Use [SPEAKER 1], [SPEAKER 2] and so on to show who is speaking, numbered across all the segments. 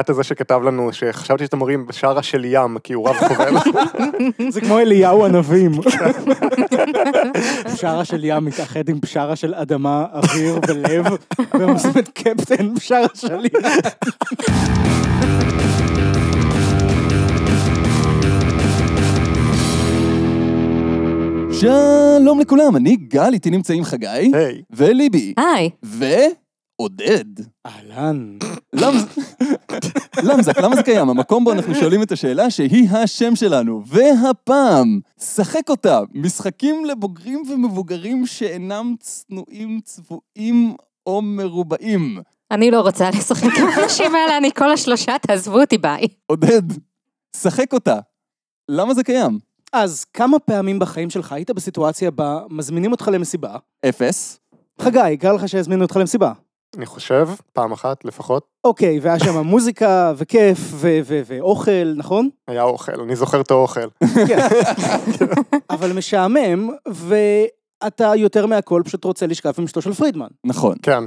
[SPEAKER 1] את זה שכתב לנו, שחשבתי שאתם אומרים שרה של ים, כי הוא רב חובל.
[SPEAKER 2] זה כמו אליהו ענבים. בשארה של ים מתאחד עם בשארה של אדמה, אוויר ולב, והם עושים את קפטן בשארה של ים.
[SPEAKER 3] שלום לכולם, אני גל, איתי נמצאים חגי,
[SPEAKER 1] היי,
[SPEAKER 3] וליבי,
[SPEAKER 4] היי,
[SPEAKER 3] ועודד.
[SPEAKER 2] אהלן.
[SPEAKER 3] למה זה- למה זה- למה זה קיים? המקום בו אנחנו שואלים את השאלה שהיא השם שלנו. והפעם, שחק אותה, משחקים לבוגרים ומבוגרים שאינם צנועים, צבועים או מרובעים.
[SPEAKER 4] אני לא רוצה לשחק עם האנשים האלה, אני כל השלושה, תעזבו אותי, ביי.
[SPEAKER 3] עודד, שחק אותה. למה זה קיים?
[SPEAKER 2] אז כמה פעמים בחיים שלך היית בסיטואציה בה מזמינים אותך למסיבה?
[SPEAKER 3] אפס.
[SPEAKER 2] חגי, קרה לך שהזמינו אותך למסיבה.
[SPEAKER 1] אני חושב, פעם אחת לפחות,
[SPEAKER 2] אוקיי, והיה שם מוזיקה, וכיף, ו- ו- ואוכל, נכון?
[SPEAKER 1] היה אוכל, אני זוכר את האוכל.
[SPEAKER 2] כן. אבל משעמם, ואתה יותר מהכל פשוט רוצה לשכב עם אשתו של פרידמן.
[SPEAKER 3] נכון.
[SPEAKER 1] כן,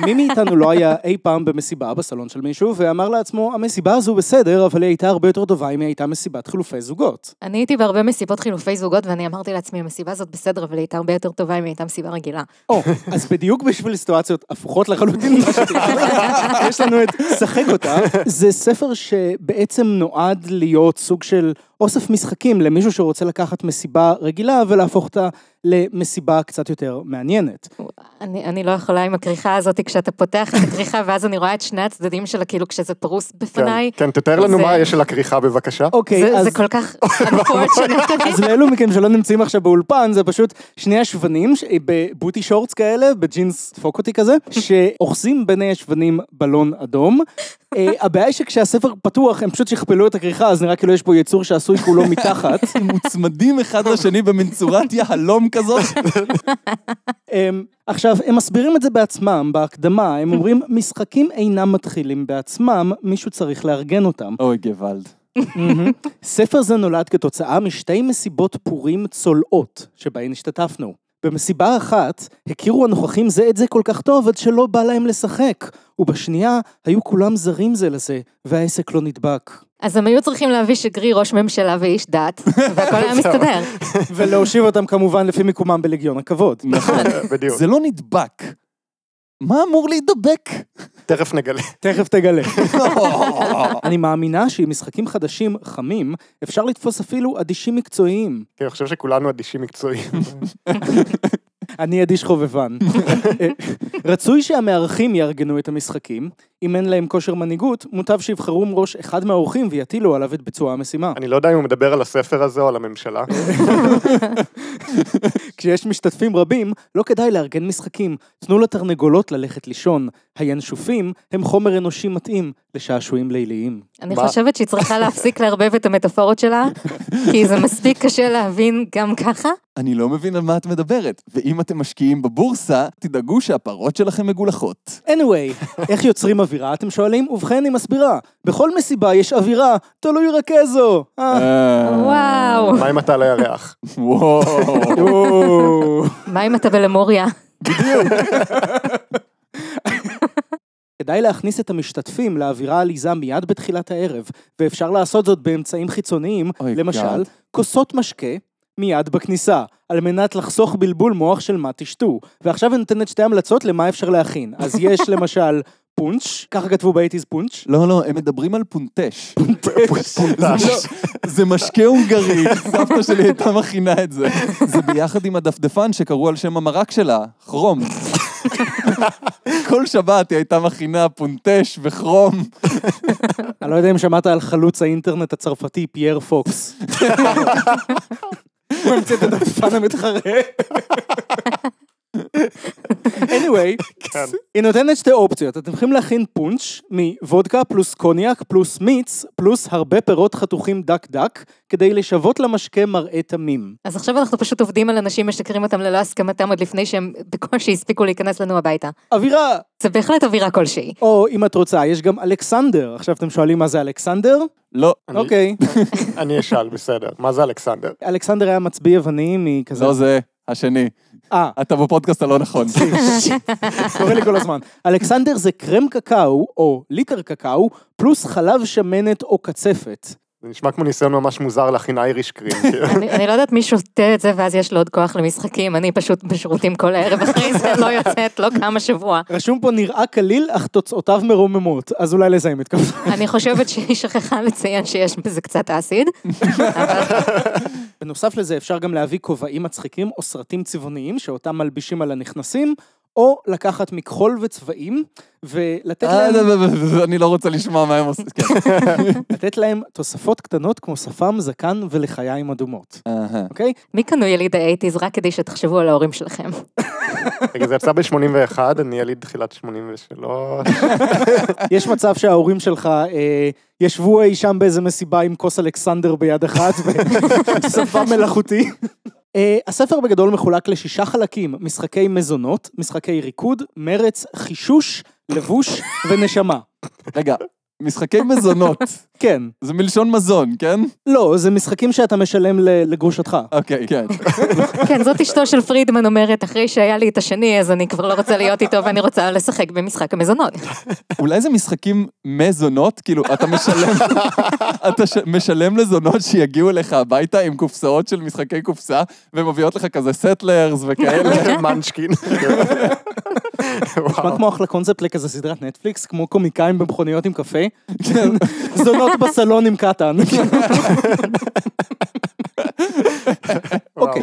[SPEAKER 2] מי מאיתנו לא היה אי פעם במסיבה בסלון של מישהו, ואמר לעצמו, המסיבה הזו בסדר, אבל היא הייתה הרבה יותר טובה אם היא הייתה מסיבת חילופי זוגות.
[SPEAKER 4] אני הייתי בהרבה מסיבות חילופי זוגות, ואני אמרתי לעצמי, המסיבה הזאת בסדר, אבל היא הייתה הרבה יותר טובה אם היא הייתה מסיבה רגילה.
[SPEAKER 2] או, אז בדיוק בשביל סיטואציות הפוכות לחלוטין, ממה שתיארת, יש לנו את "שחק אותה". זה ספר שבעצם נועד להיות סוג של אוסף משחקים למישהו שרוצה לקחת מסיבה רגילה ולהפוך אותה למסיבה קצת יותר מעניינת.
[SPEAKER 4] אני, אני לא יכולה עם הכריכה הזאת, כשאתה פותח את הכריכה, ואז אני רואה את שני הצדדים שלה, כאילו כשזה פרוס בפניי.
[SPEAKER 1] כן, כן, תתאר לנו
[SPEAKER 4] זה-
[SPEAKER 1] מה יש על הכריכה בבקשה.
[SPEAKER 2] אוקיי,
[SPEAKER 4] זה,
[SPEAKER 2] אז...
[SPEAKER 4] זה כל כך unfortunate.
[SPEAKER 2] אז לאלו מכם שלא נמצאים עכשיו באולפן, זה פשוט שני ישבנים ש- אה, בבוטי שורטס כאלה, בג'ינס פוקוטי כזה, שאוחזים בין הישבנים בלון אדום. אה, הבעיה היא שכשהספר פתוח, הם פשוט שכפלו את הכריכה, אז נראה כאילו יש פה יצור שעשוי כולו מתחת.
[SPEAKER 3] הם מוצמדים אחד לשני במין צורת יהלום כזאת.
[SPEAKER 2] הם, אמ, עכשיו, הם מסבירים את זה בעצמם, בהקדמה, הם אומרים, משחקים אינם מתחילים בעצמם, מישהו צריך לארגן אותם.
[SPEAKER 3] אוי, גוואלד.
[SPEAKER 2] מהמם. ספר זה נולד כתוצאה משתי מסיבות פורים צולעות שבהן השתתפנו. במסיבה אחת הכירו הנוכחים זה את זה כל כך טוב עד שלא בא להם לשחק, ובשנייה היו כולם זרים זה לזה, והעסק לא נדבק.
[SPEAKER 4] אז הם היו צריכים להביא שגריר, ראש ממשלה ואיש דת, והכל היה מסתדר.
[SPEAKER 2] ולהושיב אותם כמובן לפי מיקומם בלגיון הכבוד.
[SPEAKER 3] נכון.
[SPEAKER 1] בדיוק,
[SPEAKER 3] זה לא נדבק. מה אמור להידבק?
[SPEAKER 1] תכף נגלה.
[SPEAKER 2] תכף תגלה. אני מאמינה שעם משחקים חדשים, חמים, אפשר לתפוס אפילו אדישים מקצועיים.
[SPEAKER 1] כן, אני חושב שכולנו אדישים מקצועיים.
[SPEAKER 2] אני אדיש חובבן. רצוי שהמארחים יארגנו את המשחקים. אם אין להם כושר מנהיגות, מוטב שיבחרו עם ראש אחד מהאורחים ויטילו עליו את ביצוע המשימה.
[SPEAKER 1] אני לא יודע אם הוא מדבר על הספר הזה או על הממשלה.
[SPEAKER 2] כשיש משתתפים רבים, לא כדאי לארגן משחקים. תנו לתרנגולות ללכת לישון. הינשופים הם חומר אנושי מתאים לשעשועים ליליים.
[SPEAKER 4] אני
[SPEAKER 1] מה?
[SPEAKER 4] חושבת שהיא צריכה להפסיק לערבב את המטאפורות שלה, כי זה מספיק קשה להבין גם ככה.
[SPEAKER 3] אני לא מבין על מה את מדברת. ואם אתם משקיעים בבורסה, תדאגו שהפרות שלכם מגולחות.
[SPEAKER 2] anyway, איך יוצרים אווירה, אתם שואלים? ובכן, היא מסבירה. בכל מסיבה יש אווירה, תלוי רכזו. אה.
[SPEAKER 4] וואו.
[SPEAKER 1] מה אם אתה על הירח?
[SPEAKER 3] וואו.
[SPEAKER 4] מה אם אתה בלמוריה?
[SPEAKER 2] כדאי להכניס את המשתתפים לאווירה עליזה מיד בתחילת הערב, ואפשר לעשות זאת באמצעים חיצוניים,
[SPEAKER 3] אוי,
[SPEAKER 2] למשל,
[SPEAKER 3] גאד.
[SPEAKER 2] כוסות משקה מיד בכניסה, על מנת לחסוך בלבול מוח של מה תשתו. ועכשיו אני נותנת שתי המלצות למה אפשר להכין. אז יש למשל פונץ', ככה כתבו באייטיז פונץ',
[SPEAKER 3] לא, לא, הם מדברים על פונטש.
[SPEAKER 1] פונטש.
[SPEAKER 3] זה לא- זה משקה הונגרי, סבתא שלי הייתה מכינה את זה. זה ביחד עם הדפדפן שקראו על שם המרק שלה, כרום. כל שבת היא הייתה מכינה פונטש וכרום.
[SPEAKER 2] אני לא יודע אם שמעת על חלוץ האינטרנט הצרפתי פייר פוקס. הוא המציא את הדפדפן המתחרה. anyway,
[SPEAKER 1] כן.
[SPEAKER 2] היא נותנת שתי אופציות, אתם יכולים להכין פונץ' מוודקה פלוס קוניאק פלוס מיץ פלוס הרבה פירות חתוכים דק דק כדי לשוות למשקה מראה תמים.
[SPEAKER 4] אז עכשיו אנחנו פשוט עובדים על אנשים, משקרים אותם ללא הסכמתם עוד לפני שהם בקושי הספיקו להיכנס לנו הביתה.
[SPEAKER 2] אווירה!
[SPEAKER 4] זה בהחלט אווירה כלשהי.
[SPEAKER 2] או אם את רוצה, יש גם אלכסנדר. עכשיו אתם שואלים מה זה אלכסנדר?
[SPEAKER 3] לא,
[SPEAKER 1] אני-
[SPEAKER 2] אוקיי.
[SPEAKER 1] אני אשאל, בסדר. מה זה אלכסנדר?
[SPEAKER 2] אלכסנדר היה מצביא יווני מכזה...
[SPEAKER 3] לא זה, השני.
[SPEAKER 2] אה,
[SPEAKER 3] אתה בפודקאסט הלא נכון.
[SPEAKER 2] קורה לי כל הזמן. אלכסנדר זה קרם קקאו, או ליקר קקאו, פלוס חלב שמנת או קצפת.
[SPEAKER 1] זה נשמע כמו ניסיון ממש מוזר להכין אייריש קרים. כאילו.
[SPEAKER 4] אני אני לא יודעת מי שותה את זה ואז יש לו עוד כוח למשחקים, אני פשוט בשירותים כל ערב אחרי זה, לא יוצאת, לא קמה שבוע.
[SPEAKER 2] רשום פה נראה קליל, אך תוצאותיו מרוממות. אז אולי לזה היא מתכוונת.
[SPEAKER 4] אני חושבת שהיא שכחה לציין שיש בזה קצת אסיד.
[SPEAKER 2] בנוסף לזה אפשר גם להביא כובעים מצחיקים או סרטים צבעוניים שאותם מלבישים על הנכנסים, או לקחת מכחול וצבעים ולתת
[SPEAKER 3] אה,
[SPEAKER 2] להם,
[SPEAKER 3] לא, לא, לא, לא, אני לא רוצה לשמוע מה הם עושים. כן.
[SPEAKER 2] לתת להם תוספות קטנות כמו שפם, זקן ולחיים אדומות,
[SPEAKER 3] אהה.
[SPEAKER 2] אוקיי?
[SPEAKER 4] מי קנו יליד האייטיז רק כדי שתחשבו על ההורים שלכם?
[SPEAKER 1] רגע, זה יצא ב-81, אני יליד תחילת 83.
[SPEAKER 2] יש מצב שההורים שלך אה, ישבו אי שם באיזה מסיבה עם כוס אלכסנדר ביד אחת ושפה מלאכותי. אה, הספר בגדול מחולק לשישה חלקים, משחקי מזונות, משחקי ריקוד, מרץ, חישוש, לבוש ונשמה.
[SPEAKER 3] רגע, משחקי מזונות,
[SPEAKER 2] כן.
[SPEAKER 3] זה מלשון מזון, כן?
[SPEAKER 2] לא, זה משחקים שאתה משלם ל- לגרושתך.
[SPEAKER 3] אוקיי, כן.
[SPEAKER 4] כן, זאת אשתו של פרידמן אומרת, אחרי שהיה לי את השני, אז אני כבר לא רוצה להיות איתו ואני רוצה לשחק במשחק המזונות.
[SPEAKER 3] אולי זה משחקים מזונות? כאילו, אתה משלם, אתה ש... משלם לזונות שיגיעו אליך הביתה עם קופסאות של משחקי קופסה, והן מביאות לך כזה סטלרס וכאלה.
[SPEAKER 1] כן. מנצ'קין.
[SPEAKER 2] נשמע
[SPEAKER 1] וואו.
[SPEAKER 2] כמו אחלה קונספט לכזה סדרת נטפליקס, כמו קומיקאים במכוניות עם קפה. זונות בסלון עם קטן.
[SPEAKER 1] וואו.
[SPEAKER 2] אוקיי.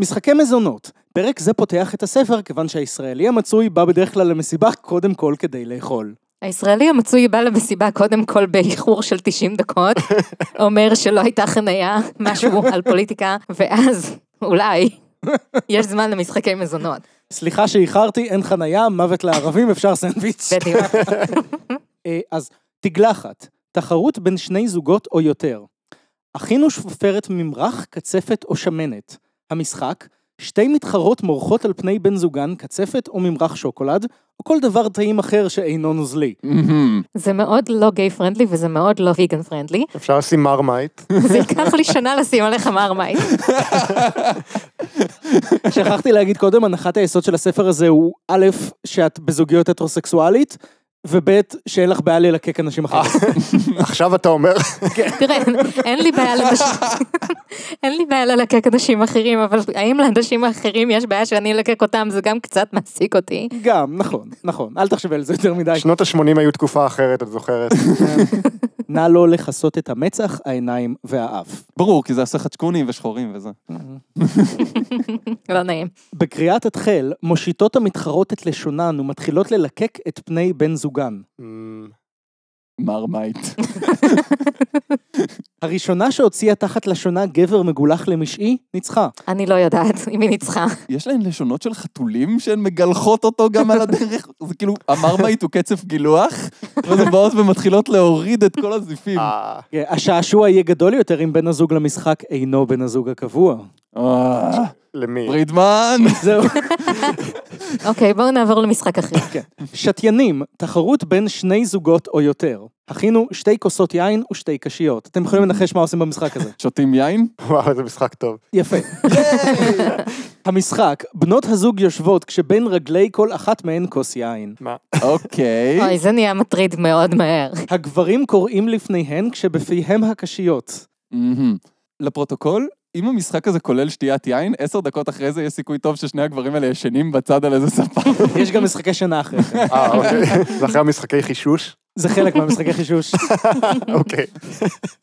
[SPEAKER 2] משחקי מזונות. פרק זה פותח את הספר, כיוון שהישראלי המצוי בא בדרך כלל למסיבה קודם כל כדי לאכול.
[SPEAKER 4] הישראלי המצוי בא למסיבה קודם כל באיחור של 90 דקות, אומר שלא הייתה חנייה, משהו על פוליטיקה, ואז אולי יש זמן למשחקי מזונות.
[SPEAKER 2] סליחה שאיחרתי, אין חנייה, מוות לערבים, אפשר סנדוויץ'.
[SPEAKER 4] בדיוק.
[SPEAKER 2] אה, אז תגלחת, תחרות בין שני זוגות או יותר. הכינו שפופרת ממרח, קצפת או שמנת. המשחק, שתי מתחרות מורחות על פני בן זוגן קצפת או ממרח שוקולד, או כל דבר טעים אחר שאינו נוזלי.
[SPEAKER 3] מהמם.
[SPEAKER 4] זה מאוד לא גיי פרנדלי וזה מאוד לא ויגן פרנדלי.
[SPEAKER 1] אפשר לשים מרמייט.
[SPEAKER 4] זה ייקח לי שנה לשים עליך מרמייט.
[SPEAKER 2] שכחתי להגיד קודם, הנחת היסוד של הספר הזה הוא א', שאת בזוגיות הטרוסקסואלית, וב', שאין לך בעיה ללקק אנשים אחרים.
[SPEAKER 1] עכשיו אתה אומר,
[SPEAKER 4] תראה, אין לי בעיה לנשים, אין לי בעיה ללקק אנשים אחרים, אבל האם לאנשים האחרים יש בעיה שאני אלקק אותם? זה גם קצת מעסיק אותי.
[SPEAKER 2] גם, נכון, נכון, אל תחשבי על זה יותר מדי.
[SPEAKER 1] שנות ה-80 היו תקופה אחרת, את זוכרת?
[SPEAKER 2] נא לא לכסות את המצח, העיניים והאף.
[SPEAKER 3] ברור, כי זה עושה חצ'קונים ושחורים וזה.
[SPEAKER 4] לא נעים.
[SPEAKER 2] בקריאת התחל, מושיטות המתחרות את לשונן ומתחילות ללקק את פני בן זוגן.
[SPEAKER 1] אמ,
[SPEAKER 3] מרמייט.
[SPEAKER 2] הראשונה שהוציאה תחת לשונה גבר מגולח למשעי, ניצחה.
[SPEAKER 4] אני לא יודעת אם היא ניצחה.
[SPEAKER 3] יש להן לשונות של חתולים שהן מגלחות אותו גם על הדרך? זה כאילו, המרמייט הוא קצף גילוח, ואז הן באות ומתחילות להוריד את כל הזיפים.
[SPEAKER 1] אה,
[SPEAKER 2] כן, השעשוע יהיה גדול יותר אם בן הזוג למשחק אינו בן הזוג הקבוע.
[SPEAKER 3] אה,
[SPEAKER 1] למי?
[SPEAKER 3] פרידמן!
[SPEAKER 2] זהו.
[SPEAKER 4] אוקיי, בואו נעבור למשחק אחר.
[SPEAKER 2] כן. שתיינים, תחרות בין שני זוגות או יותר. הכינו שתי כוסות יין ושתי קשיות. אתם יכולים לנחש מה עושים במשחק הזה.
[SPEAKER 3] שותים יין?
[SPEAKER 1] וואו, איזה משחק טוב.
[SPEAKER 2] יפה. המשחק, בנות הזוג יושבות כשבין רגלי כל אחת מהן כוס יין.
[SPEAKER 1] מה?
[SPEAKER 3] אוקיי.
[SPEAKER 4] אוי, זה נהיה מטריד מאוד מהר.
[SPEAKER 2] הגברים קוראים לפניהן כשבפיהם הקשיות.
[SPEAKER 3] מהמם. לפרוטוקול, אם המשחק הזה כולל שתיית יין, עשר דקות אחרי זה יש סיכוי טוב ששני הגברים האלה ישנים בצד על איזה ספה.
[SPEAKER 2] יש גם משחקי שינה אחרי כן.
[SPEAKER 1] אה, אוקיי. זה אחרי המשחקי חישוש?
[SPEAKER 2] זה חלק מהמשחקי חישוש.
[SPEAKER 1] אוקיי.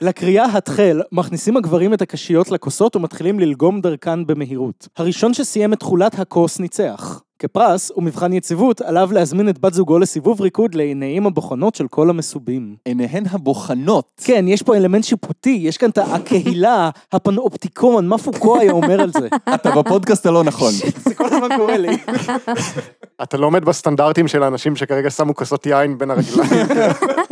[SPEAKER 2] לקריאה התחל, מכניסים הגברים את הקשיות לכוסות ומתחילים ללגום דרכן במהירות. הראשון שסיים את תכולת הכוס ניצח. כפרס, ומבחן יציבות, עליו להזמין את בת זוגו לסיבוב ריקוד לעיניהם הבוחנות של כל המסובים.
[SPEAKER 3] עיניהן הבוחנות.
[SPEAKER 2] כן, יש פה אלמנט שיפוטי, יש כאן את הקהילה, הפנאופטיקון, מה פוקו היה אומר על זה?
[SPEAKER 3] אתה בפודקאסט הלא נכון.
[SPEAKER 2] זה כל הזמן קורה לי.
[SPEAKER 1] אתה לא עומד בסטנדרטים של האנשים שכרגע שמו כוסות יין בין הרגליים.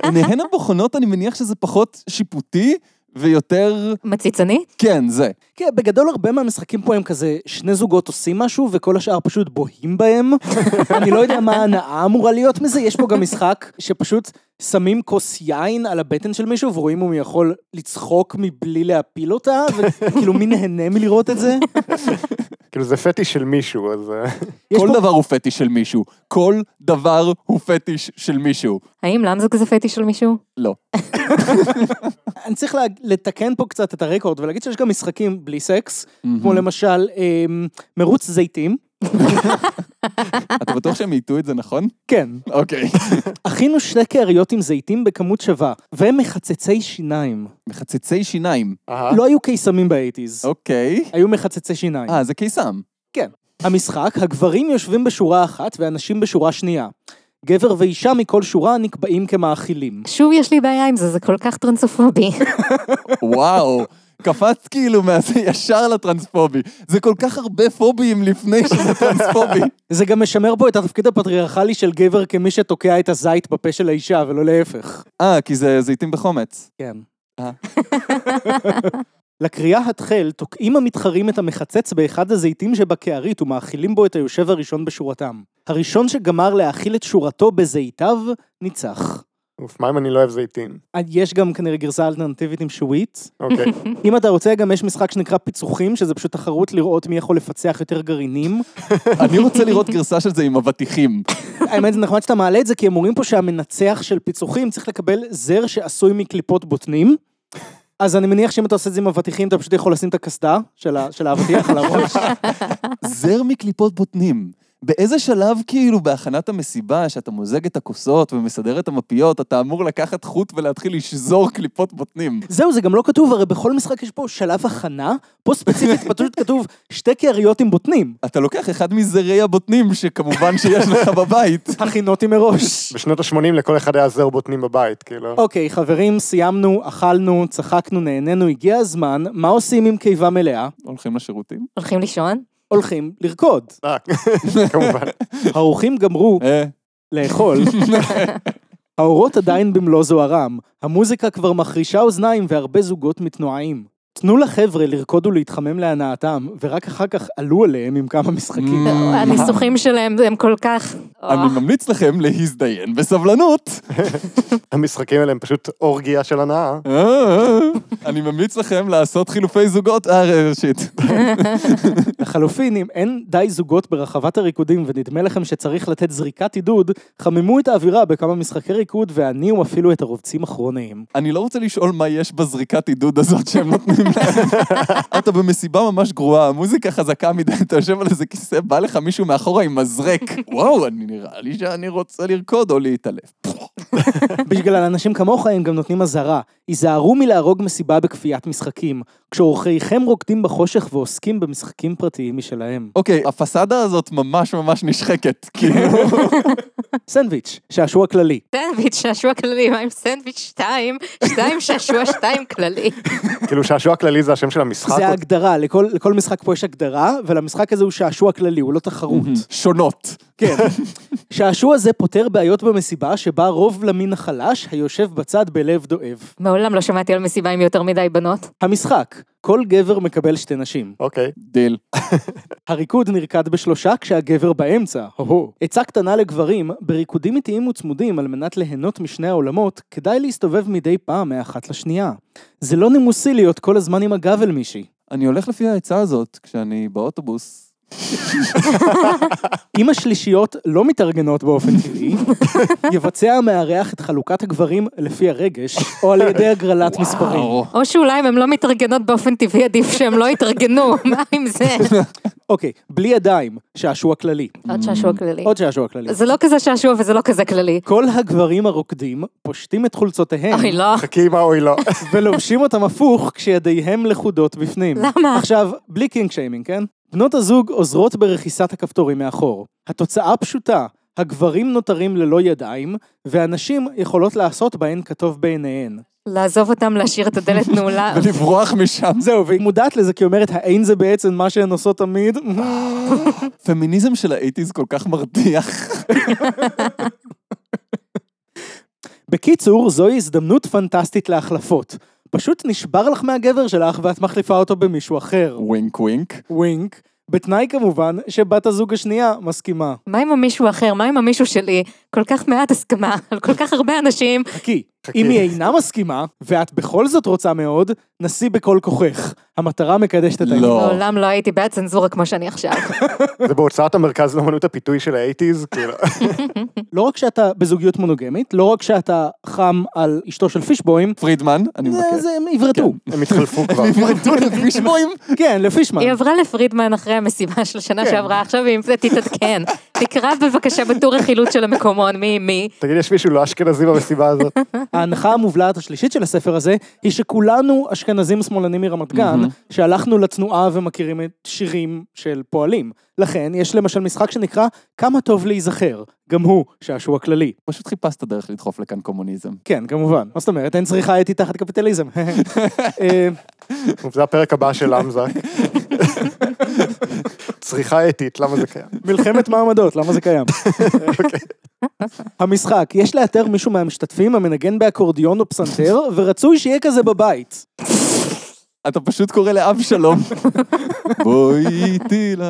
[SPEAKER 3] עיניהן הבוחנות, אני מניח שזה פחות שיפוטי ויותר...
[SPEAKER 4] מציצני?
[SPEAKER 3] כן, זה.
[SPEAKER 2] כן, בגדול הרבה מהמשחקים פה הם כזה, שני זוגות עושים משהו וכל השאר פשוט בוהים בהם. אני לא יודע מה ההנאה אמורה להיות מזה, יש פה גם משחק שפשוט שמים כוס יין על הבטן של מישהו ורואים אם הוא יכול לצחוק מבלי להפיל אותה, וכאילו מי נהנה מלראות את זה.
[SPEAKER 1] כאילו זה פטיש של מישהו, אז... אה,
[SPEAKER 2] יש
[SPEAKER 3] כל
[SPEAKER 2] פה-
[SPEAKER 3] דבר הוא פטיש של מישהו. כל דבר הוא פטיש של מישהו.
[SPEAKER 2] Mm-hmm.
[SPEAKER 4] האם למזוג זה פטיש של מישהו?
[SPEAKER 3] לא.
[SPEAKER 2] אני צריך לה- לתקן פה קצת את הרקורד ולהגיד שיש גם משחקים בלי סקס,
[SPEAKER 3] Mhm.
[SPEAKER 2] כמו למשל אמ, מרוץ זיתים.
[SPEAKER 3] אתה בטוח שהם ייטו את זה נכון?
[SPEAKER 2] כן.
[SPEAKER 3] אוקיי.
[SPEAKER 2] אכינו שתי קאריות עם זיתים בכמות שווה, והם מחצצי שיניים.
[SPEAKER 3] מחצצי שיניים.
[SPEAKER 1] אהה.
[SPEAKER 2] לא היו קיסמים באייטיז,
[SPEAKER 3] אוקיי.
[SPEAKER 2] היו מחצצי שיניים.
[SPEAKER 3] אה, זה קיסם.
[SPEAKER 2] המשחק, הגברים יושבים בשורה אחת והנשים בשורה שנייה. גבר ואישה מכל שורה נקבעים כמאכילים.
[SPEAKER 4] שוב יש לי בעיה עם זה, זה כל כך טרנסופובי.
[SPEAKER 3] וואו. קפץ כאילו מהזה ישר לטרנספובי. זה כל כך הרבה פובים לפני שזה טרנספובי.
[SPEAKER 2] זה גם משמר פה את התפקיד הפטריארכלי של גבר כמי שתוקע את הזית בפה של האישה, ולא להפך.
[SPEAKER 3] אה, כי זה זיתים בחומץ.
[SPEAKER 2] כן.
[SPEAKER 3] אה.
[SPEAKER 2] לקריאה התחל, תוקעים המתחרים את המחצץ באחד הזיתים שבקערית ומאכילים בו את היושב הראשון בשורתם. הראשון שגמר להאכיל את שורתו בזיתיו, ניצח.
[SPEAKER 1] אוף, מה אם אני לא אוהב זיתים?
[SPEAKER 2] אה, יש גם כנראה גרסה אלטרנטיבית עם שווית.
[SPEAKER 1] אוקיי.
[SPEAKER 2] אם אתה רוצה, גם יש משחק שנקרא פיצוחים, שזה פשוט תחרות לראות מי יכול לפצח יותר גרעינים.
[SPEAKER 3] אני רוצה לראות גרסה של זה עם אבטיחים.
[SPEAKER 2] האמת, זה נחמד שאתה מעלה את זה, כי הם אומרים פה שהמנצח של פיצוחים צריך לקבל זר שעשוי מקליפות בוטנים. אז אני מניח שאם אתה עושה את זה עם אבטיחים, אתה פשוט יכול לשים את הקסדה של ה- של האבטיח על הראש.
[SPEAKER 3] זר מקליפות בוטנים. באיזה שלב, כאילו, בהכנת המסיבה, שאתה מוזג את הכוסות ומסדר את המפיות, אתה אמור לקחת חוט ולהתחיל לשזור קליפות בוטנים.
[SPEAKER 2] זהו, זה גם לא כתוב, הרי בכל משחק יש פה שלב הכנה, פה ספציפית פשוט כתוב שתי קעריות עם בוטנים,
[SPEAKER 3] אתה לוקח אחד מזרי הבוטנים, שכמובן שיש לך בבית.
[SPEAKER 2] הכינותי מראש.
[SPEAKER 1] בשנות ה-80 לכל אחד היה זר בוטנים בבית, כאילו.
[SPEAKER 2] אוקיי, חברים, סיימנו, אכלנו, צחקנו, נהנינו, הגיע הזמן, מה עושים עם קיבה מלאה?
[SPEAKER 3] הולכים לשירותים?
[SPEAKER 4] הולכים לישון?
[SPEAKER 2] הולכים לרקוד.
[SPEAKER 1] אה, כמובן.
[SPEAKER 2] האורחים גמרו
[SPEAKER 3] אה,
[SPEAKER 2] לאכול. האורות עדיין במלוא זוהרם, המוזיקה כבר מחרישה אוזניים והרבה זוגות מתנועעים. תנו לחבר'ה לרקוד ולהתחמם להנאתם, ורק אחר כך עלו עליהם עם כמה משחקים.
[SPEAKER 4] Mm. הניסוחים שלהם הם כל כך...
[SPEAKER 3] אני לא- ממליץ לכם להזדיין בסבלנות.
[SPEAKER 1] המשחקים האלה הם פשוט אורגיה של הנאה.
[SPEAKER 3] אה, אני ממליץ לכם לעשות חילופי זוגות. אה, שיט.
[SPEAKER 2] לחלופין, אם אין די זוגות ברחבת הריקודים ונדמה לכם שצריך לתת זריקת עידוד, חממו את האווירה בכמה משחקי ריקוד והניעו אפילו את הרובצים אחרוניים.
[SPEAKER 3] אני לא רוצה לשאול מה יש בזריקת עידוד הזאת שהם נותנים להם. אתה במסיבה ממש גרועה, המוזיקה חזקה מדי, אתה יושב על איזה כיסא, בא לך מישהו מאחורה עם מזרק. וואו, אני נראה לי שאני רוצה לרקוד או להתעלף.
[SPEAKER 2] בשביל אנשים כמוך הם גם נותנים אזהרה. היזהרו מלהרוג מסיבה בכפיית משחקים, כשאורחיכם רוקדים בחושך ועוסקים במשחקים פרטיים משלהם.
[SPEAKER 3] אוקיי, הפסאדה הזאת ממש ממש נשחקת, כאילו.
[SPEAKER 2] סנדוויץ', שעשוע כללי.
[SPEAKER 4] סנדוויץ' שעשוע כללי, מה עם סנדוויץ' שתיים? שתיים שעשוע שתיים כללי.
[SPEAKER 1] כאילו שעשוע כללי זה השם של המשחק.
[SPEAKER 2] זה ההגדרה, לכל, לכל משחק פה יש הגדרה, ולמשחק הזה הוא שעשוע כללי, הוא לא תחרות.
[SPEAKER 3] שונות.
[SPEAKER 2] כן. שעשוע זה פותר בעיות במסיבה שבה רוב למין החלש היושב בצד בלב דואב.
[SPEAKER 4] מעולם לא שמעתי על מסיבה עם יותר מדי בנות.
[SPEAKER 2] המשחק, כל גבר מקבל שתי נשים.
[SPEAKER 1] אוקיי.
[SPEAKER 3] דיל.
[SPEAKER 2] הריקוד נרקד בשלושה כשהגבר באמצע, הו-הו. עצה קטנה לגברים, בריקודים איטיים וצמודים על מנת ליהנות משני העולמות, כדאי להסתובב מדי פעם מאחת לשנייה. זה לא נימוסי להיות כל הזמן עם הגב אל מישהי.
[SPEAKER 3] אני הולך לפי העצה הזאת כשאני באוטובוס.
[SPEAKER 2] אם השלישיות לא מתארגנות באופן טבעי, יבצע המארח את חלוקת הגברים לפי הרגש, או על ידי הגרלת מספרים.
[SPEAKER 3] וואו.
[SPEAKER 4] או שאולי אם הן לא מתארגנות באופן טבעי, עדיף שהן לא יתארגנו, מה עם זה?
[SPEAKER 2] אוקיי, בלי ידיים, שעשוע כללי.
[SPEAKER 4] עוד שעשוע כללי.
[SPEAKER 2] עוד שעשוע כללי.
[SPEAKER 4] זה לא כזה שעשוע וזה לא כזה כללי.
[SPEAKER 2] כל הגברים הרוקדים פושטים את חולצותיהם,
[SPEAKER 4] אוי, לא.
[SPEAKER 1] חכי עם האוי לא.
[SPEAKER 2] ולובשים אותם הפוך כשידיהם לכודות בפנים.
[SPEAKER 4] למה?
[SPEAKER 2] עכשיו, בלי קינג שיימינג, כן? בנות הזוג עוזרות ברכיסת הכפתורים מאחור. התוצאה פשוטה, הגברים נותרים ללא ידיים, והנשים יכולות לעשות בהן כטוב בעיניהן.
[SPEAKER 4] לעזוב אותם, להשאיר את הדלת נעולה.
[SPEAKER 3] ולברוח משם.
[SPEAKER 2] זהו, והיא מודעת לזה כי היא אומרת, האין זה בעצם מה שהן עושות תמיד?
[SPEAKER 3] פמיניזם של האייטיז כל כך מרתיח.
[SPEAKER 2] בקיצור, זוהי הזדמנות פנטסטית להחלפות. פשוט נשבר לך מהגבר שלך ואת מחליפה אותו במישהו אחר.
[SPEAKER 3] ווינק ווינק.
[SPEAKER 2] ווינק, בתנאי כמובן שבת הזוג השנייה מסכימה.
[SPEAKER 4] מה עם המישהו האחר? מה עם המישהו שלי? כל כך מעט הסכמה על כל כך הרבה אנשים.
[SPEAKER 2] חכי,
[SPEAKER 1] חכי.
[SPEAKER 2] אם היא אינה מסכימה, ואת בכל זאת רוצה מאוד, נסי בכל כוחך. המטרה מקדשת את האמת.
[SPEAKER 3] לא.
[SPEAKER 4] מעולם לא הייתי בעד צנזורה כמו שאני עכשיו.
[SPEAKER 1] זה בהוצאת המרכז לאמנות הפיתוי של האייטיז, כאילו,
[SPEAKER 2] לא רק שאתה בזוגיות מונוגמית, לא רק שאתה חם על אשתו של פישבוים,
[SPEAKER 3] פרידמן, אני
[SPEAKER 2] זה-
[SPEAKER 3] מבקש.
[SPEAKER 2] אה,
[SPEAKER 3] כן.
[SPEAKER 2] זה הם יברטו.
[SPEAKER 1] הם התחלפו כבר.
[SPEAKER 3] נפרדו לפישבויים?
[SPEAKER 2] כן, לפישמן.
[SPEAKER 4] היא עברה לפרידמן אחרי המסיבה של שנה שעברה, עכשיו היא עם- תתעדכן. תקרא בבקשה בטור החילוץ של המקומון, מי מי.
[SPEAKER 1] תגיד, יש מישהו לא אשכנזי במסיבה הזאת?
[SPEAKER 2] ההנחה המובלעת השלישית של הספר הזה, היא שכולנו אשכנזים שמאלנים מרמת גן, שהלכנו לתנועה ומכירים את שירים של פועלים. לכן, יש למשל משחק שנקרא "כמה טוב להיזכר", גם הוא שעשוע כללי.
[SPEAKER 3] פשוט חיפשת דרך לדחוף לכאן קומוניזם.
[SPEAKER 2] כן, כמובן. מה זאת אומרת? אין צריכה אתית תחת קפיטליזם. אה,
[SPEAKER 1] זה הפרק הבא של אמזק. צריכה אתית, למה זה קיים?
[SPEAKER 2] מלחמת מעמדות, למה זה קיים? המשחק, יש לאתר מישהו מהמשתתפים המנגן באקורדיון או פסנתר, ורצוי שיהיה כזה בבית.
[SPEAKER 3] אתה פשוט קורא לאבשלום. בואי איתי ל...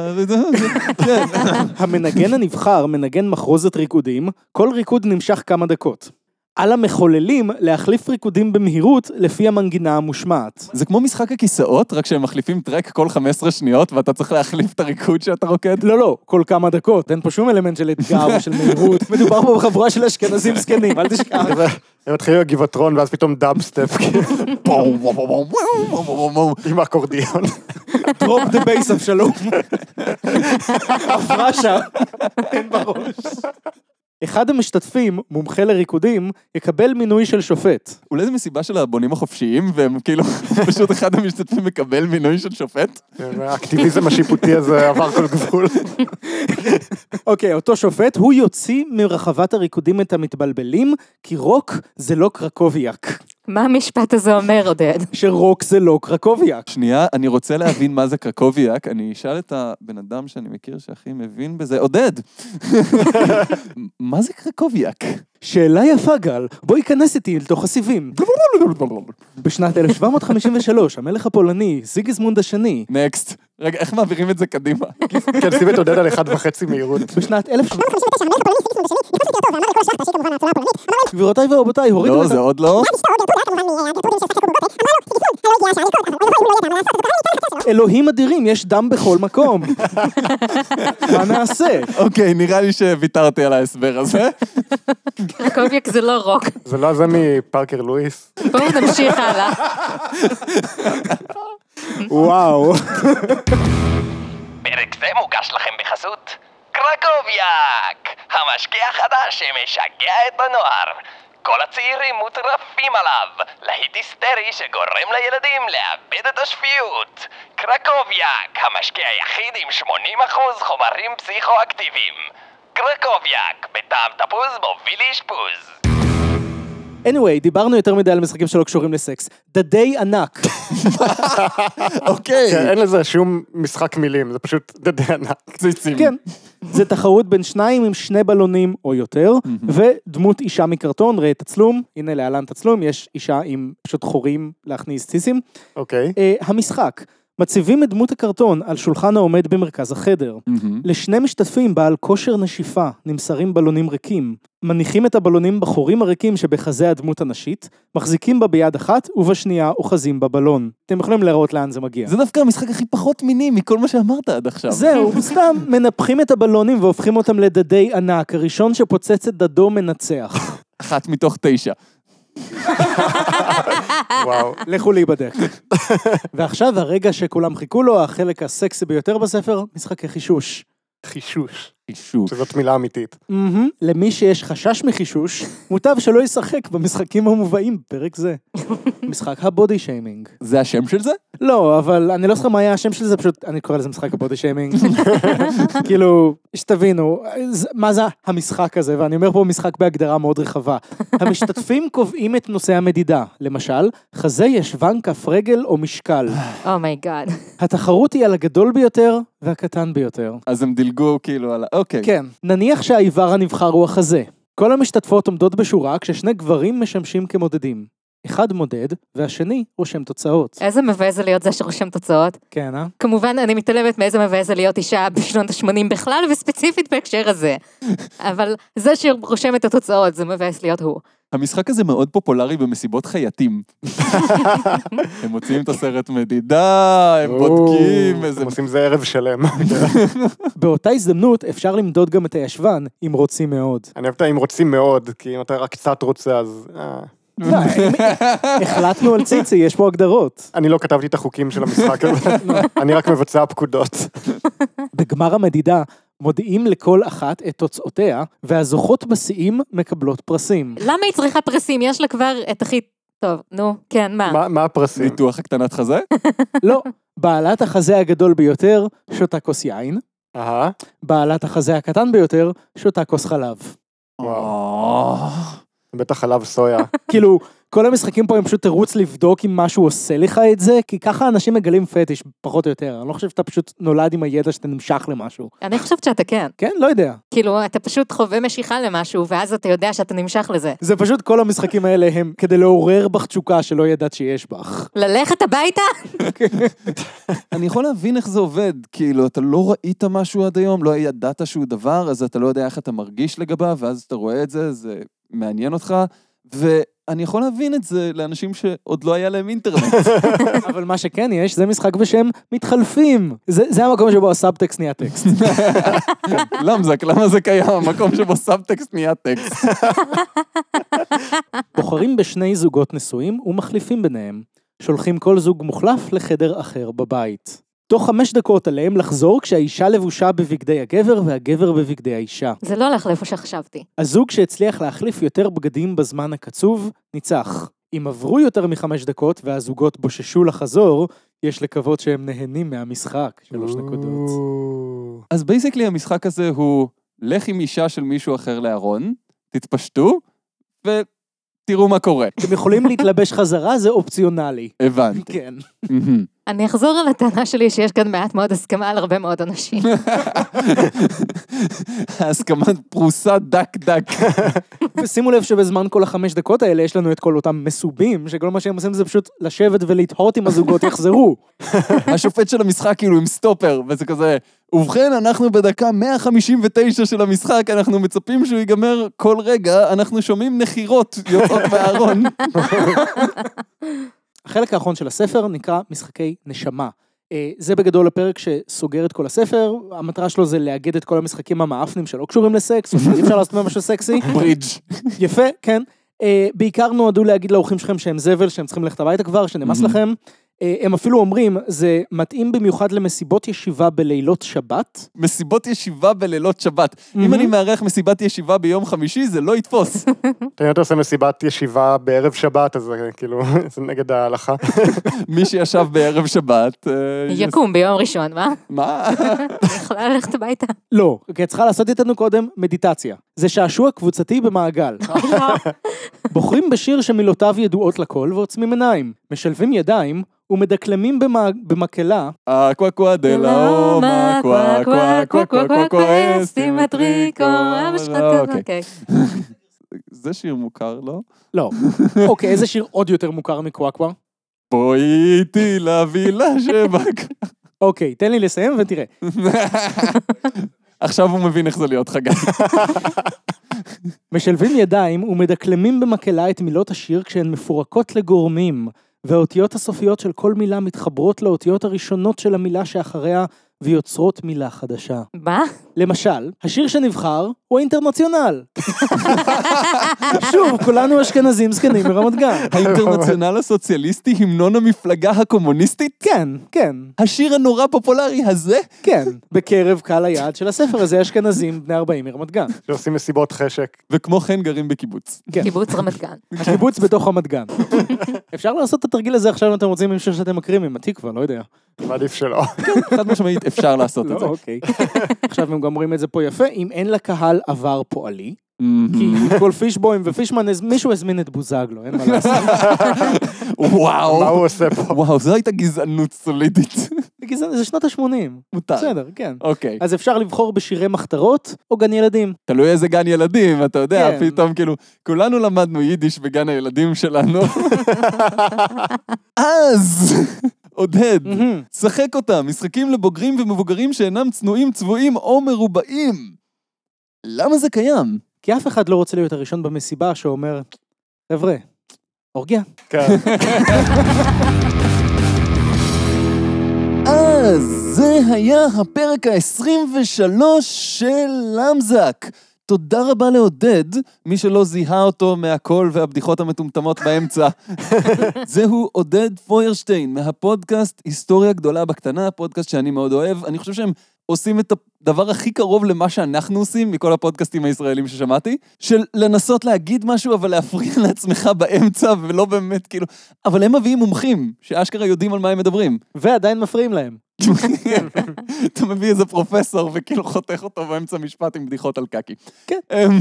[SPEAKER 2] המנגן הנבחר מנגן מחרוזת ריקודים, כל ריקוד נמשך כמה דקות. על המחוללים להחליף ריקודים במהירות לפי המנגינה המושמעת.
[SPEAKER 3] זה כמו משחק הכיסאות, רק שהם מחליפים טרק כל 15 שניות, ואתה צריך להחליף את הריקוד שאתה רוקד.
[SPEAKER 2] לא, לא, כל כמה דקות, אין פה שום אלמנט של אתגר או של מהירות. מדובר פה בחבורה של אשכנזים זקנים, אל תשכח.
[SPEAKER 1] כזה, אה, הם מתחילים עם הגבעטרון, ואז פתאום דאבסטפ, כאילו,
[SPEAKER 3] בואו, בואו, בואו, בואו, בואו, בואו, בואו.
[SPEAKER 1] עם האקורדיון.
[SPEAKER 2] דרופ דה בייס אבשלום. עברה שם, אין בראש. אחד המשתתפים, מומחה לריקודים, יקבל מינוי של שופט.
[SPEAKER 3] אולי זו מסיבה של הבונים החופשיים, והם כאילו, פשוט אחד המשתתפים מקבל מינוי של שופט?
[SPEAKER 1] האקטיביזם השיפוטי הזה עבר כל גבול.
[SPEAKER 2] אוקיי, אותו שופט, הוא יוציא מרחבת הריקודים את המתבלבלים, כי רוק זה לא קרקוביאק.
[SPEAKER 4] מה המשפט הזה אומר, עודד?
[SPEAKER 2] שרוק זה לא קרקוביאק.
[SPEAKER 3] שנייה, אני רוצה להבין מה זה קרקוביאק, אני אשאל את הבן אדם שאני מכיר שהכי מבין בזה, עודד! מה זה קרקוביאק?
[SPEAKER 2] שאלה יפה, גל, בוא ייכנס איתי לתוך הסיבים. בשנת 1753, המלך הפולני, זיגזמונד השני,
[SPEAKER 3] נקסט. רגע, איך מעבירים את זה קדימה?
[SPEAKER 1] כן, שים את עודד על אחד וחצי מהירות.
[SPEAKER 2] בשנת 1759, גבירותיי ורבותיי, הורידו
[SPEAKER 3] לא,
[SPEAKER 2] את
[SPEAKER 3] זה עוד לא.
[SPEAKER 2] אלוהים אדירים, יש דם בכל מקום. מה נעשה?
[SPEAKER 3] אוקיי, נראה לי שוויתרתי על ההסבר הזה.
[SPEAKER 4] קוביאק זה לא רוק.
[SPEAKER 1] זה לא זה מפארקר לואיס?
[SPEAKER 4] בואו נמשיך הלאה.
[SPEAKER 2] וואו.
[SPEAKER 5] פרק זה מוגש לכם בחסות קרקוביאק, המשקיע החדש שמשגע את הנוער. כל הצעירים מוטרפים עליו, להיט היסטרי שגורם לילדים לאבד את השפיות. קרקוביאק, המשקיע היחיד עם 80% חומרים פסיכואקטיביים. קרקוביאק, בטעם תפוז מוביל לאשפוז.
[SPEAKER 2] anyway, דיברנו יותר מדי על משחקים שלא קשורים לסקס. דדי ענק.
[SPEAKER 3] אוקיי.
[SPEAKER 1] כן, אין לזה שום משחק מילים, זה פשוט דדי ענק.
[SPEAKER 3] ציצים.
[SPEAKER 2] כן. זה תחרות בין שניים עם שני בלונים או יותר, ודמות אישה מקרטון, ראה תצלום, הנה להלן תצלום, יש אישה עם פשוט חורים להכניס ציסים.
[SPEAKER 1] אוקיי.
[SPEAKER 2] אה, המשחק, מציבים את דמות הקרטון על שולחן העומד במרכז החדר.
[SPEAKER 3] מהמם.
[SPEAKER 2] לשני משתתפים בעל כושר נשיפה נמסרים בלונים ריקים. מניחים את הבלונים בחורים הריקים שבחזה הדמות הנשית, מחזיקים בה ביד אחת ובשנייה אוחזים בבלון. אתם יכולים להראות לאן זה מגיע.
[SPEAKER 3] זה דווקא המשחק הכי פחות מיני מכל מה שאמרת עד עכשיו.
[SPEAKER 2] זהו, סתם מנפחים את הבלונים והופכים אותם לדדי ענק, הראשון שפוצץ את דדו מנצח.
[SPEAKER 3] אחת מתוך תשע.
[SPEAKER 1] וואו.
[SPEAKER 2] לכו להיבדק. ועכשיו הרגע שכולם חיכו לו, החלק הסקסי ביותר בספר, משחקי חישוש.
[SPEAKER 1] חישוש,
[SPEAKER 3] אישור.
[SPEAKER 1] שזאת מילה אמיתית.
[SPEAKER 2] מהמם. למי שיש חשש מחישוש, מוטב שלא ישחק במשחקים המובאים בפרק זה. משחק הבודי שיימינג.
[SPEAKER 3] זה השם של זה?
[SPEAKER 2] לא, אבל אני לא זוכר מה היה השם של זה, פשוט אני קורא לזה משחק הבודי שיימינג. כאילו, שתבינו, זה- מה זה המשחק הזה, ואני אומר פה משחק בהגדרה מאוד רחבה. המשתתפים קובעים את נושא המדידה, למשל, חזה ישבן, כף רגל או משקל.
[SPEAKER 4] Oh אומייגאד.
[SPEAKER 2] התחרות היא על הגדול ביותר והקטן ביותר.
[SPEAKER 3] אז הם דילגו כאילו על ה... אוקיי.
[SPEAKER 2] כן. נניח שהאיבר הנבחר הוא החזה. כל המשתתפות עומדות בשורה כששני גברים משמשים כמודדים. אחד מודד, והשני רושם תוצאות.
[SPEAKER 4] איזה מבאס זה להיות זה שרושם תוצאות.
[SPEAKER 2] כן, אה?
[SPEAKER 4] כמובן, אני מתעלמת מאיזה מבאס זה להיות אישה בשנות ה-80 בכלל, וספציפית בהקשר הזה. אבל זה שרושם את התוצאות, זה מבאס להיות הוא.
[SPEAKER 3] המשחק הזה מאוד פופולרי במסיבות חייטים. הם מוציאים את הסרט מדידה, הם בודקים איזה...
[SPEAKER 1] הם עושים זה ערב שלם.
[SPEAKER 2] באותה הזדמנות אפשר למדוד גם את הישבן, אם רוצים מאוד.
[SPEAKER 1] אני אוהב את האם רוצים מאוד, כי אם אתה רק קצת רוצה, אז... אה.
[SPEAKER 2] לא, אם- החלטנו על ציצי, יש פה הגדרות.
[SPEAKER 1] אני לא כתבתי את החוקים של המשחק הזה, אני רק מבצע פקודות.
[SPEAKER 2] בגמר המדידה מודיעים לכל אחת את תוצאותיה, והזוכות בשיאים מקבלות פרסים.
[SPEAKER 4] למה היא צריכה פרסים? יש לה כבר את הכי... טוב, נו, כן, מה?
[SPEAKER 1] מה- מה הפרסים?
[SPEAKER 3] ניתוח הקטנת חזה?
[SPEAKER 2] לא, בעלת החזה הגדול ביותר שותה כוס יין,
[SPEAKER 1] אהה.
[SPEAKER 2] בעלת החזה הקטן ביותר שותה כוס חלב.
[SPEAKER 3] אה.
[SPEAKER 1] בטח חלב סויה.
[SPEAKER 2] כאילו, כל המשחקים פה הם פשוט תירוץ לבדוק אם משהו עושה לך את זה, כי ככה אנשים מגלים פטיש, פחות או יותר. אני לא חושב שאתה פשוט נולד עם הידע שאתה נמשך למשהו.
[SPEAKER 4] אני חושבת שאתה כן.
[SPEAKER 2] כן? לא יודע.
[SPEAKER 4] כאילו, אתה פשוט חווה משיכה למשהו, ואז אתה יודע שאתה נמשך לזה.
[SPEAKER 2] זה פשוט כל המשחקים האלה הם כדי לעורר בך תשוקה שלא ידעת שיש בך.
[SPEAKER 4] ללכת הביתה?
[SPEAKER 3] אני יכול להבין איך זה עובד, כאילו, אתה לא ראית משהו עד היום, לא ידעת שהוא דבר, אז אתה לא יודע איך אתה מרגיש לגביו, ואז אתה רואה את זה, זה מעניין אותך, ואני יכול להבין את זה לאנשים שעוד לא היה להם אינטרנט.
[SPEAKER 2] אבל מה שכן יש, זה משחק בשם מתחלפים. זה, זה המקום שבו הסאבטקסט נהיה טקסט.
[SPEAKER 3] למזק, למה זה קיים? המקום שבו סאבטקסט נהיה טקסט.
[SPEAKER 2] בוחרים בשני זוגות נשואים ומחליפים ביניהם. שולחים כל זוג מוחלף לחדר אחר בבית. תוך חמש דקות עליהם לחזור כשהאישה לבושה בבגדי הגבר והגבר בבגדי האישה.
[SPEAKER 4] זה לא הלך לאיפה שחשבתי.
[SPEAKER 2] הזוג שהצליח להחליף יותר בגדים בזמן הקצוב, ניצח. אם עברו יותר מחמש דקות והזוגות בוששו לחזור, יש לקוות שהם נהנים מהמשחק. שלוש נקודות.
[SPEAKER 3] אז בייסקלי המשחק הזה הוא, לך עם אישה של מישהו אחר לארון, תתפשטו, ותראו מה קורה.
[SPEAKER 2] אתם יכולים להתלבש חזרה, זה אופציונלי.
[SPEAKER 3] הבנתי.
[SPEAKER 2] כן.
[SPEAKER 3] מהמם.
[SPEAKER 4] אני אחזור על הטענה שלי שיש כאן מעט מאוד הסכמה על הרבה מאוד אנשים.
[SPEAKER 3] ההסכמה פרוסה דק דק.
[SPEAKER 2] ושימו לב שבזמן כל החמש דקות האלה יש לנו את כל אותם מסובים, שכל מה שהם עושים זה פשוט לשבת ולתהות אם הזוגות יחזרו.
[SPEAKER 3] השופט של המשחק כאילו עם סטופר, וזה כזה, ובכן, אנחנו בדקה 159 של המשחק, אנחנו מצפים שהוא ייגמר כל רגע, אנחנו שומעים נחירות יוצאות מהארון.
[SPEAKER 2] החלק האחרון של הספר נקרא משחקי נשמה. אה, זה בגדול הפרק שסוגר את כל הספר, המטרה שלו זה לאגד את כל המשחקים המאפנים שלא קשורים לסקס, או שאי אפשר לעשות מהם משהו סקסי.
[SPEAKER 3] ברידג'.
[SPEAKER 2] יפה, כן. אה, בעיקר נועדו להגיד לאורחים שלכם שהם זבל, שהם צריכים ללכת הביתה כבר, שנמאס לכם. אה, הם אפילו אומרים, זה מתאים במיוחד למסיבות ישיבה בלילות שבת.
[SPEAKER 3] מסיבות ישיבה בלילות שבת. אם אני מארח מסיבת ישיבה ביום חמישי, זה לא יתפוס.
[SPEAKER 1] אם אתה עושה מסיבת ישיבה בערב שבת, אז זה כאילו, זה נגד ההלכה.
[SPEAKER 3] מי שישב בערב שבת... אה,
[SPEAKER 4] יקום ביום ראשון, מה?
[SPEAKER 3] מה?
[SPEAKER 4] יכולה ללכת הביתה.
[SPEAKER 2] לא, כי את צריכה לעשות איתנו קודם מדיטציה. זה שעשוע קבוצתי במעגל. בוחרים בשיר שמילותיו ידועות לכל ועוצמים עיניים. משלבים ידיים ומדקלמים במע... במקהלה
[SPEAKER 3] אה, קווה קווה דלה אומה, קווה קווה קווה קווה קווה קווה
[SPEAKER 4] סטימטריקו, אבא שלך כזה,
[SPEAKER 3] אוקיי.
[SPEAKER 4] אוקיי.
[SPEAKER 3] זה שיר מוכר, לא?
[SPEAKER 2] לא. אוקיי, איזה שיר עוד יותר מוכר מקוואקווה?
[SPEAKER 3] בואי איתי לווילה שבק.
[SPEAKER 2] אוקיי, תן לי לסיים ותראה.
[SPEAKER 3] עכשיו הוא מבין איך זה להיות חגג.
[SPEAKER 2] משלבים ידיים ומדקלמים במקהלה את מילות השיר כשהן מפורקות לגורמים, והאותיות הסופיות של כל מילה מתחברות לאותיות הראשונות של המילה שאחריה ויוצרות מילה חדשה.
[SPEAKER 4] מה?
[SPEAKER 2] למשל, השיר שנבחר הוא האינטרנציונל. שוב, כולנו אשכנזים זקנים מרמת גן.
[SPEAKER 3] האינטרנציונל הסוציאליסטי, המנון המפלגה הקומוניסטית?
[SPEAKER 2] כן, כן,
[SPEAKER 3] השיר הנורא פופולרי הזה?
[SPEAKER 2] כן. בקרב קהל היעד של הספר הזה, אשכנזים בני 40 מרמת גן.
[SPEAKER 1] שעושים מסיבות חשק.
[SPEAKER 3] וכמו כן גרים בקיבוץ.
[SPEAKER 2] כן.
[SPEAKER 4] קיבוץ רמת גן.
[SPEAKER 2] הקיבוץ בתוך רמת גן. אפשר לעשות את התרגיל הזה עכשיו אם אתם רוצים עם שיר שאתם מקריאים, עם התקווה, לא יודע.
[SPEAKER 1] מעדיף שלא.
[SPEAKER 3] חד משמעית, אפשר לעשות את
[SPEAKER 2] לא,
[SPEAKER 3] זה.
[SPEAKER 2] אוקיי. עכשיו הם גם אומרים את זה פה יפה, אם אין לקהל עבר פועלי, כי כל פישבוים ופישמן, אז מישהו הזמין את בוזגלו, אין מה לעשות.
[SPEAKER 1] מה
[SPEAKER 3] וואו.
[SPEAKER 1] הוא עושה פה?
[SPEAKER 3] וואו, זו הייתה גזענות סולידית.
[SPEAKER 2] כי זה זה שנות ה-80.
[SPEAKER 3] מותר.
[SPEAKER 2] בסדר, כן.
[SPEAKER 3] אוקיי.
[SPEAKER 2] אז אפשר לבחור בשירי מחתרות או גן ילדים.
[SPEAKER 3] תלוי איזה גן ילדים, אתה יודע,
[SPEAKER 2] כן.
[SPEAKER 3] פתאום כאילו, כולנו למדנו יידיש בגן הילדים שלנו. אז, עודד,
[SPEAKER 2] מהמם.
[SPEAKER 3] שחק אותה, משחקים לבוגרים ומבוגרים שאינם צנועים, צבועים או מרובעים. למה זה קיים?
[SPEAKER 2] כי אף אחד לא רוצה להיות הראשון במסיבה שאומר, חבר'ה, אורגיה.
[SPEAKER 1] כן.
[SPEAKER 3] אז זה היה הפרק ה-23 של למזק. תודה רבה לעודד, מי שלא זיהה אותו מהקול והבדיחות המטומטמות באמצע. זהו עודד פוירשטיין, מהפודקאסט היסטוריה גדולה בקטנה, פודקאסט שאני מאוד אוהב. אני חושב שהם עושים את הדבר הכי קרוב למה שאנחנו עושים מכל הפודקאסטים הישראלים ששמעתי, של לנסות להגיד משהו אבל להפריע לעצמך באמצע ולא באמת כאילו... אבל הם מביאים מומחים, שאשכרה יודעים על מה הם מדברים.
[SPEAKER 2] ועדיין מפריעים להם.
[SPEAKER 3] אתה מביא איזה פרופסור וכאילו חותך אותו באמצע משפט עם בדיחות על קקי.
[SPEAKER 2] כן.
[SPEAKER 3] אמ,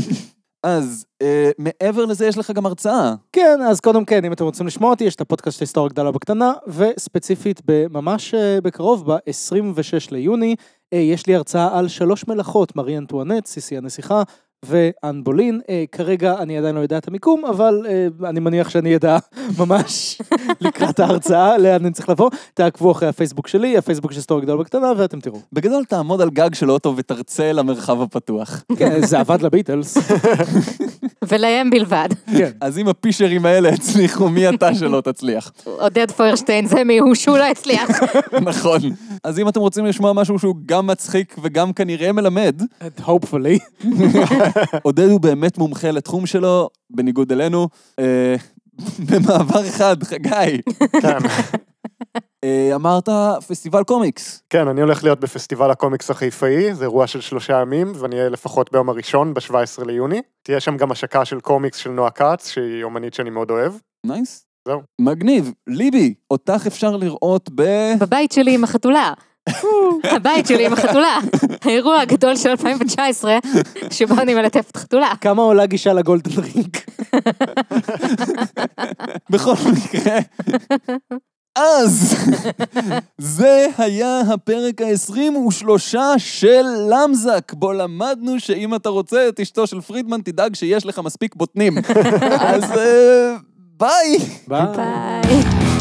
[SPEAKER 3] אז אה, מעבר לזה יש לך גם הרצאה.
[SPEAKER 2] כן, אז קודם כן, אם אתם רוצים לשמוע אותי, יש את הפודקאסט של היסטוריה גדולה בקטנה, וספציפית, ממש בקרוב, ב-26 ליוני, אה, יש לי הרצאה על שלוש מלאכות, מארי אנטואנט, סיסי הנסיכה ואן בולין. אה, כרגע אני עדיין לא יודע את המיקום, אבל אה, אני מניח שאני אדע ממש לקראת ההרצאה, לאן אני צריך לבוא. תעקבו אחרי הפייסבוק שלי, הפייסבוק של היסטוריה גדולה בקטנה, ואתם תראו.
[SPEAKER 3] בגדול תעמוד על גג של אוטו ותרצה למרחב הפתוח.
[SPEAKER 2] כן, זה עבד לביטלס.
[SPEAKER 4] ולהם בלבד.
[SPEAKER 2] כן.
[SPEAKER 3] אז אם הפישרים האלה הצליחו, מי אתה שלא תצליח.
[SPEAKER 4] עודד פוירשטיין זה מי הוא שהוא לא הצליח.
[SPEAKER 3] נכון. אז אם אתם רוצים לשמוע משהו שהוא גם מצחיק וגם כנראה מלמד,
[SPEAKER 2] hopefully.
[SPEAKER 3] עודד הוא באמת מומחה לתחום שלו, בניגוד אלינו. אה, במעבר אחד, חגי.
[SPEAKER 1] כן.
[SPEAKER 3] אה, אמרת פסטיבל קומיקס.
[SPEAKER 1] כן, אני הולך להיות בפסטיבל הקומיקס החיפאי, זה אירוע של שלושה ימים, ואני אהיה לפחות ביום הראשון, ב-17 ליוני. תהיה שם גם השקה של קומיקס של נועה כץ, שהיא אומנית שאני מאוד אוהב.
[SPEAKER 3] נייס.
[SPEAKER 1] זהו.
[SPEAKER 3] מגניב. ליבי, אותך אפשר לראות ב...
[SPEAKER 4] בבית שלי עם החתולה. הבית שלי עם החתולה. האירוע הגדול של 2019, שבו אני מלטפת חתולה.
[SPEAKER 2] כמה עולה גישה לגולדן רינג?
[SPEAKER 3] בכל מקרה. אז, זה היה הפרק ה-23 של למזק, בו למדנו שאם אתה רוצה את אשתו של פרידמן, תדאג שיש לך מספיק בוטנים. אז אה, ביי.
[SPEAKER 2] ביי.
[SPEAKER 4] ביי.